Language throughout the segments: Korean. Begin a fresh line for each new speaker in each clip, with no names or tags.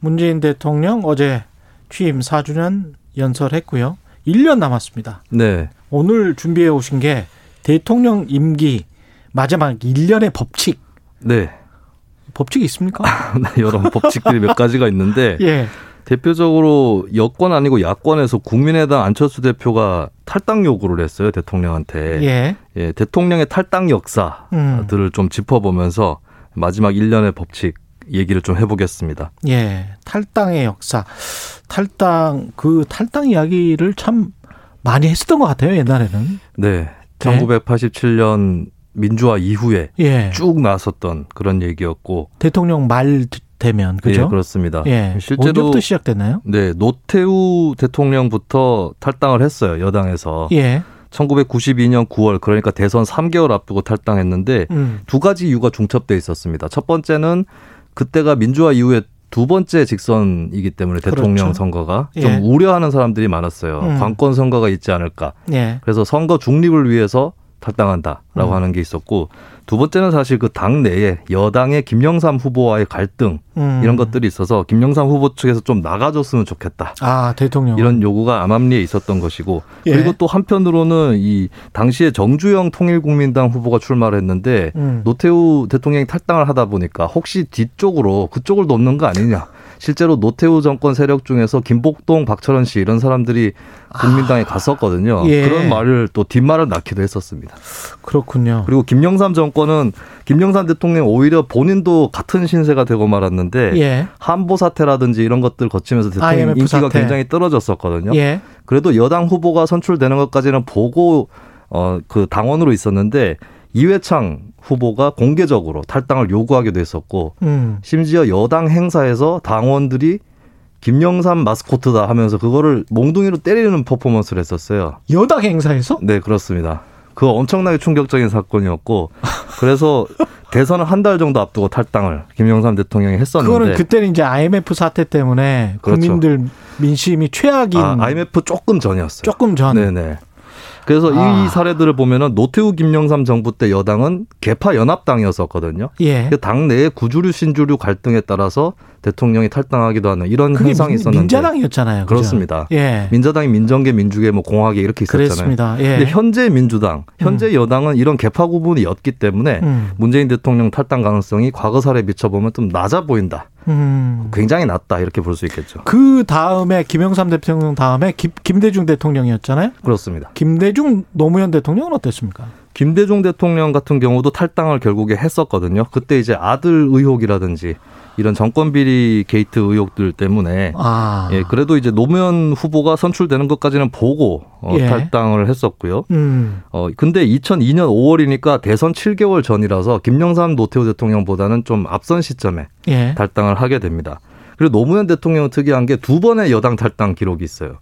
문재인 대통령 어제 취임 4주년 연설했고요. 1년 남았습니다.
네.
오늘 준비해 오신 게 대통령 임기 마지막 1년의 법칙.
네.
법칙이
아,
있습니까?
여러 법칙들이 몇 가지가 있는데
예.
대표적으로 여권 아니고 야권에서 국민의당 안철수 대표가 탈당 요구를 했어요. 대통령한테.
예.
예, 대통령의 탈당 역사들을
음.
좀 짚어보면서 마지막 1년의 법칙 얘기를 좀 해보겠습니다.
예. 탈당의 역사. 탈당, 그 탈당 이야기를 참 많이 했었던 것 같아요. 옛날에는.
네. 1987년 민주화 이후에
예.
쭉 나섰던 그런 얘기였고.
대통령 말 되면. 그죠?
예, 그렇습니다.
예.
실제로
언제부터 시작됐나요?
네, 노태우 대통령부터 탈당을 했어요. 여당에서.
예.
1992년 9월 그러니까 대선 3개월 앞두고 탈당했는데
음.
두 가지 이유가 중첩돼 있었습니다. 첫 번째는 그때가 민주화 이후에 두 번째 직선이기 때문에 대통령
그렇죠.
선거가
예.
좀 우려하는 사람들이 많았어요.
음.
관권 선거가 있지 않을까.
예.
그래서 선거 중립을 위해서 탈당한다라고
음.
하는 게 있었고 두 번째는 사실 그 당 내에 여당의 김영삼 후보와의 갈등
음.
이런 것들이 있어서 김영삼 후보 측에서 좀 나가줬으면 좋겠다.
아, 대통령.
이런 요구가 암암리에 있었던 것이고
예.
그리고 또 한편으로는 이 당시에 정주영 통일국민당 후보가 출마를 했는데
음.
노태우 대통령이 탈당을 하다 보니까 혹시 뒤쪽으로 그쪽을 돕는 거 아니냐 실제로 노태우 정권 세력 중에서 김복동 박철원 씨 이런 사람들이 국민당에 갔었거든요
아. 예.
그런 말을 또 뒷말을 낳기도 했었습니다
그렇군요.
그리고 김영삼 정권은 김영삼 대통령 오히려 본인도 같은 신세가 되고 말았는데
예.
한보 사태라든지 이런 것들 거치면서 대통령
IMF
인기가
사태.
굉장히 떨어졌었거든요.
예.
그래도 여당 후보가 선출되는 것까지는 보고 어 그 당원으로 있었는데 이회창 후보가 공개적으로 탈당을 요구하기도 했었고
음.
심지어 여당 행사에서 당원들이 김영삼 마스코트다 하면서 그거를 몽둥이로 때리는 퍼포먼스를 했었어요.
여당 행사에서?
네, 그렇습니다. 그 엄청나게 충격적인 사건이었고 그래서 대선을 한 달 정도 앞두고 탈당을 김영삼 대통령이 했었는데
그거는 그때는 이제 IMF 사태 때문에
네. 그렇죠.
국민들 민심이 최악인
아, IMF 조금 전이었어요.
조금 전.
네네. 그래서
아.
이 사례들을 보면은 노태우 김영삼 정부 때 여당은 개파 연합당이었었거든요.
예.
그 당내의 구주류 신주류 갈등에 따라서 대통령이 탈당하기도 하는 이런
그게
현상이
민,
있었는데
민자당이었잖아요. 그죠?
그렇습니다.
예.
민자당이 민정계 민주계 뭐 공화계 이렇게 있었잖아요.
그랬습니다.
근데
예.
현재 민주당, 현재 여당은 이런 개파 구분이 없기 때문에
음.
문재인 대통령 탈당 가능성이 과거 사례에 비춰보면 좀 낮아 보인다.
음.
굉장히 낮다 이렇게 볼 수 있겠죠.
그 다음에 김영삼 대통령 다음에 김, 김대중 대통령이었잖아요.
그렇습니다.
김대중 노무현 대통령은 어땠습니까?
김대중 대통령 같은 경우도 탈당을 결국에 했었거든요. 그때 이제 아들 의혹이라든지 이런 정권 비리 게이트 의혹들 때문에
아.
예, 그래도 이제 노무현 후보가 선출되는 것까지는 보고 어,
예.
탈당을 했었고요.
음.
어 근데 2002년 5월이니까 대선 7개월 전이라서 김영삼 노태우 대통령보다는 좀 앞선 시점에
예.
탈당을 하게 됩니다. 그리고 노무현 대통령 특이한 게 두 번의 여당 탈당 기록이 있어요.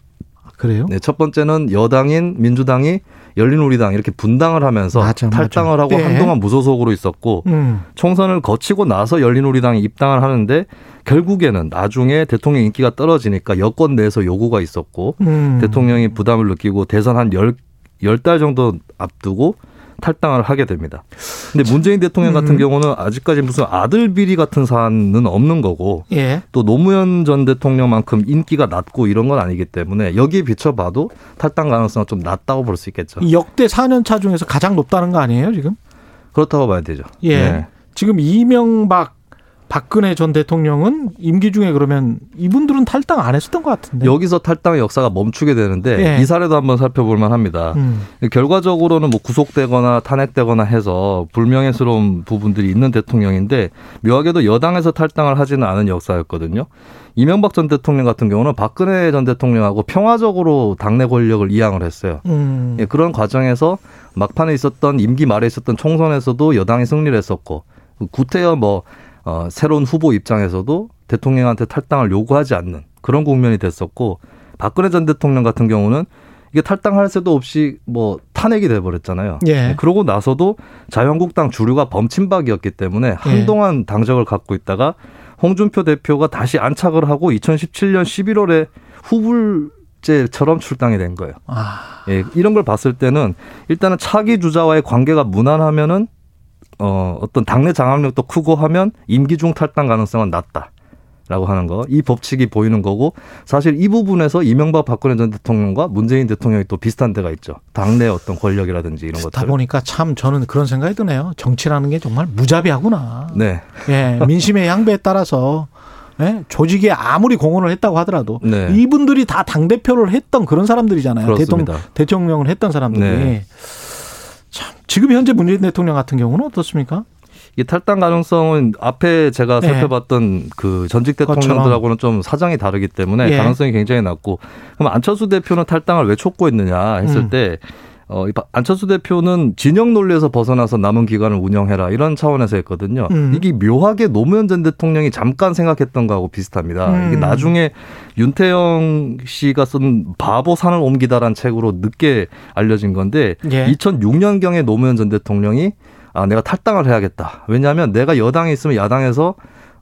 그래요?
네, 첫 번째는 여당인 민주당이 열린우리당 이렇게 분당을 하면서
맞아, 맞아.
탈당을 하고
네.
한동안 무소속으로 있었고
음.
총선을 거치고 나서 열린우리당에 입당을 하는데 결국에는 나중에 대통령 인기가 떨어지니까 여권 내에서 요구가 있었고
음.
대통령이 부담을 느끼고 대선 한 열 열 달 정도 앞두고 탈당을 하게 됩니다. 근데 문재인 대통령
음.
같은 경우는 아직까지 무슨 아들 비리 같은 사안은 없는 거고
예.
또 노무현 전 대통령만큼 인기가 낮고 이런 건 아니기 때문에 여기에 비춰봐도 탈당 가능성은 좀 낮다고 볼 수 있겠죠.
이 역대 4년차 중에서 가장 높다는 거 아니에요, 지금?
그렇다고 봐야 되죠.
예.
네.
지금 이명박, 박근혜 전 대통령은 임기 중에 그러면 이분들은 탈당 안 했었던 것 같은데.
여기서 탈당의 역사가 멈추게 되는데
네. 예.
이 사례도 한번 살펴볼 만합니다.
음.
결과적으로는 뭐 구속되거나 탄핵되거나 해서 불명예스러운 부분들이 있는 대통령인데 묘하게도 여당에서 탈당을 하지는 않은 역사였거든요. 이명박 전 대통령 같은 경우는 박근혜 전 대통령하고 평화적으로 당내 권력을 이양을 했어요.
음.
예, 그런 과정에서 막판에 있었던 임기 말에 있었던 총선에서도 여당이 승리를 했었고 구태여 뭐 어, 새로운 후보 입장에서도 대통령한테 탈당을 요구하지 않는 그런 국면이 됐었고 박근혜 전 대통령 같은 경우는 이게 탈당할 새도 없이 뭐 탄핵이 돼버렸잖아요. 네,
예.
그러고 나서도 자유한국당 주류가 범친박이었기 때문에 한동안 당적을 갖고 있다가 홍준표 대표가 다시 안착을 하고 2017년 11월에 후불제처럼 출당이 된 거예요.
아,
예, 이런 걸 봤을 때는 일단은 차기 주자와의 관계가 무난하면은 어, 어떤 당내 장악력도 크고 하면 임기 중 탈당 가능성은 낮다. 라고 하는 거. 이 법칙이 보이는 거고 사실 이 부분에서 이명박 박근혜 전 대통령과 문재인 대통령이 또 비슷한 데가 있죠. 당내 어떤 권력이라든지 이런
다
것들.
보니까 참 저는 그런 생각이 드네요. 정치라는 게 정말 무자비하구나.
네.
예, 민심의 양배에 따라서 예, 조직에 아무리 공헌을 했다고 하더라도
네.
이분들이 다 당 대표를 했던 그런 사람들이잖아요.
그렇습니다.
대통령 대통령을 했던 사람들이
네.
참 지금 현재 문재인 대통령 같은 경우는 어떻습니까?
이 탈당 가능성은 앞에 제가
네.
살펴봤던 그 전직 대통령들하고는 좀 사정이 다르기 때문에
예.
가능성이 굉장히 낮고 그럼 안철수 대표는 탈당을 왜 촉구했느냐 했을
음.
때 어, 이 바- 안철수 대표는 진영 논리에서 벗어나서 남은 기간을 운영해라 이런 차원에서 했거든요.
음.
이게 묘하게 노무현 전 대통령이 잠깐 생각했던 거하고 비슷합니다. 이게
음.
나중에 윤태영 씨가 쓴 바보 산을 옮기다란 책으로 늦게 알려진 건데
예.
2006년경에 노무현 전 대통령이 아, 내가 탈당을 해야겠다. 왜냐하면 내가 여당에 있으면 야당에서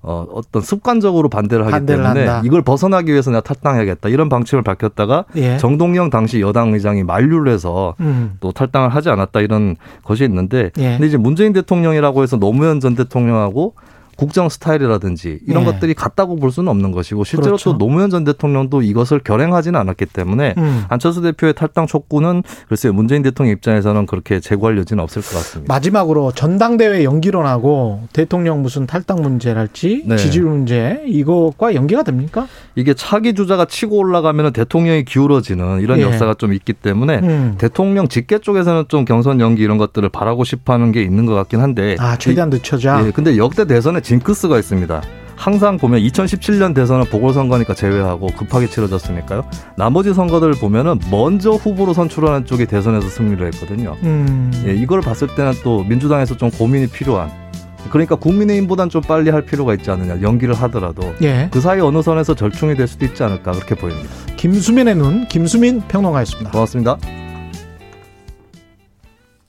어, 어떤 습관적으로 반대를 하기
반대를
때문에
한다.
이걸 벗어나기 위해서 내가 탈당해야겠다. 이런 방침을 밝혔다가
예.
정동영 당시 여당 의장이 만류를 해서
음.
또 탈당을 하지 않았다 이런 것이 있는데
예.
근데 이제 문재인 대통령이라고 해서 노무현 전 대통령하고 국정 스타일이라든지 이런
예.
것들이 같다고 볼 수는 없는 것이고 실제로
그렇죠.
또 노무현 전 대통령도 이것을 결행하지는 않았기 때문에
음.
안철수 대표의 탈당 촉구는 글쎄요 문재인 대통령 입장에서는 그렇게 제고할 여지는 없을 것 같습니다.
마지막으로 전당대회 연기론하고 대통령 무슨 탈당 문제랄지
네.
지지율 문제 이것과 연계가 됩니까?
이게 차기 주자가 치고 올라가면 대통령이 기울어지는 이런
예.
역사가 좀 있기 때문에
음.
대통령 직계 쪽에서는 좀 경선 연기 이런 것들을 바라고 싶어하는 게 있는 것 같긴 한데
아 최대한 늦춰자.
네. 예, 근데 역대 대선에 징크스가 있습니다. 항상 보면 2017년 대선은 보궐선거니까 제외하고 급하게 치러졌으니까요. 나머지 선거들을 보면은 먼저 후보로 선출하는 쪽이 대선에서 승리를 했거든요.
음.
예, 이걸 봤을 때는 또 민주당에서 좀 고민이 필요한. 그러니까 국민의힘보단 좀 빨리 할 필요가 있지 않느냐. 연기를 하더라도
예.
그 사이 어느 선에서 절충이 될 수도 있지 않을까 그렇게 보입니다.
김수민의 눈 김수민 평론가였습니다.
고맙습니다.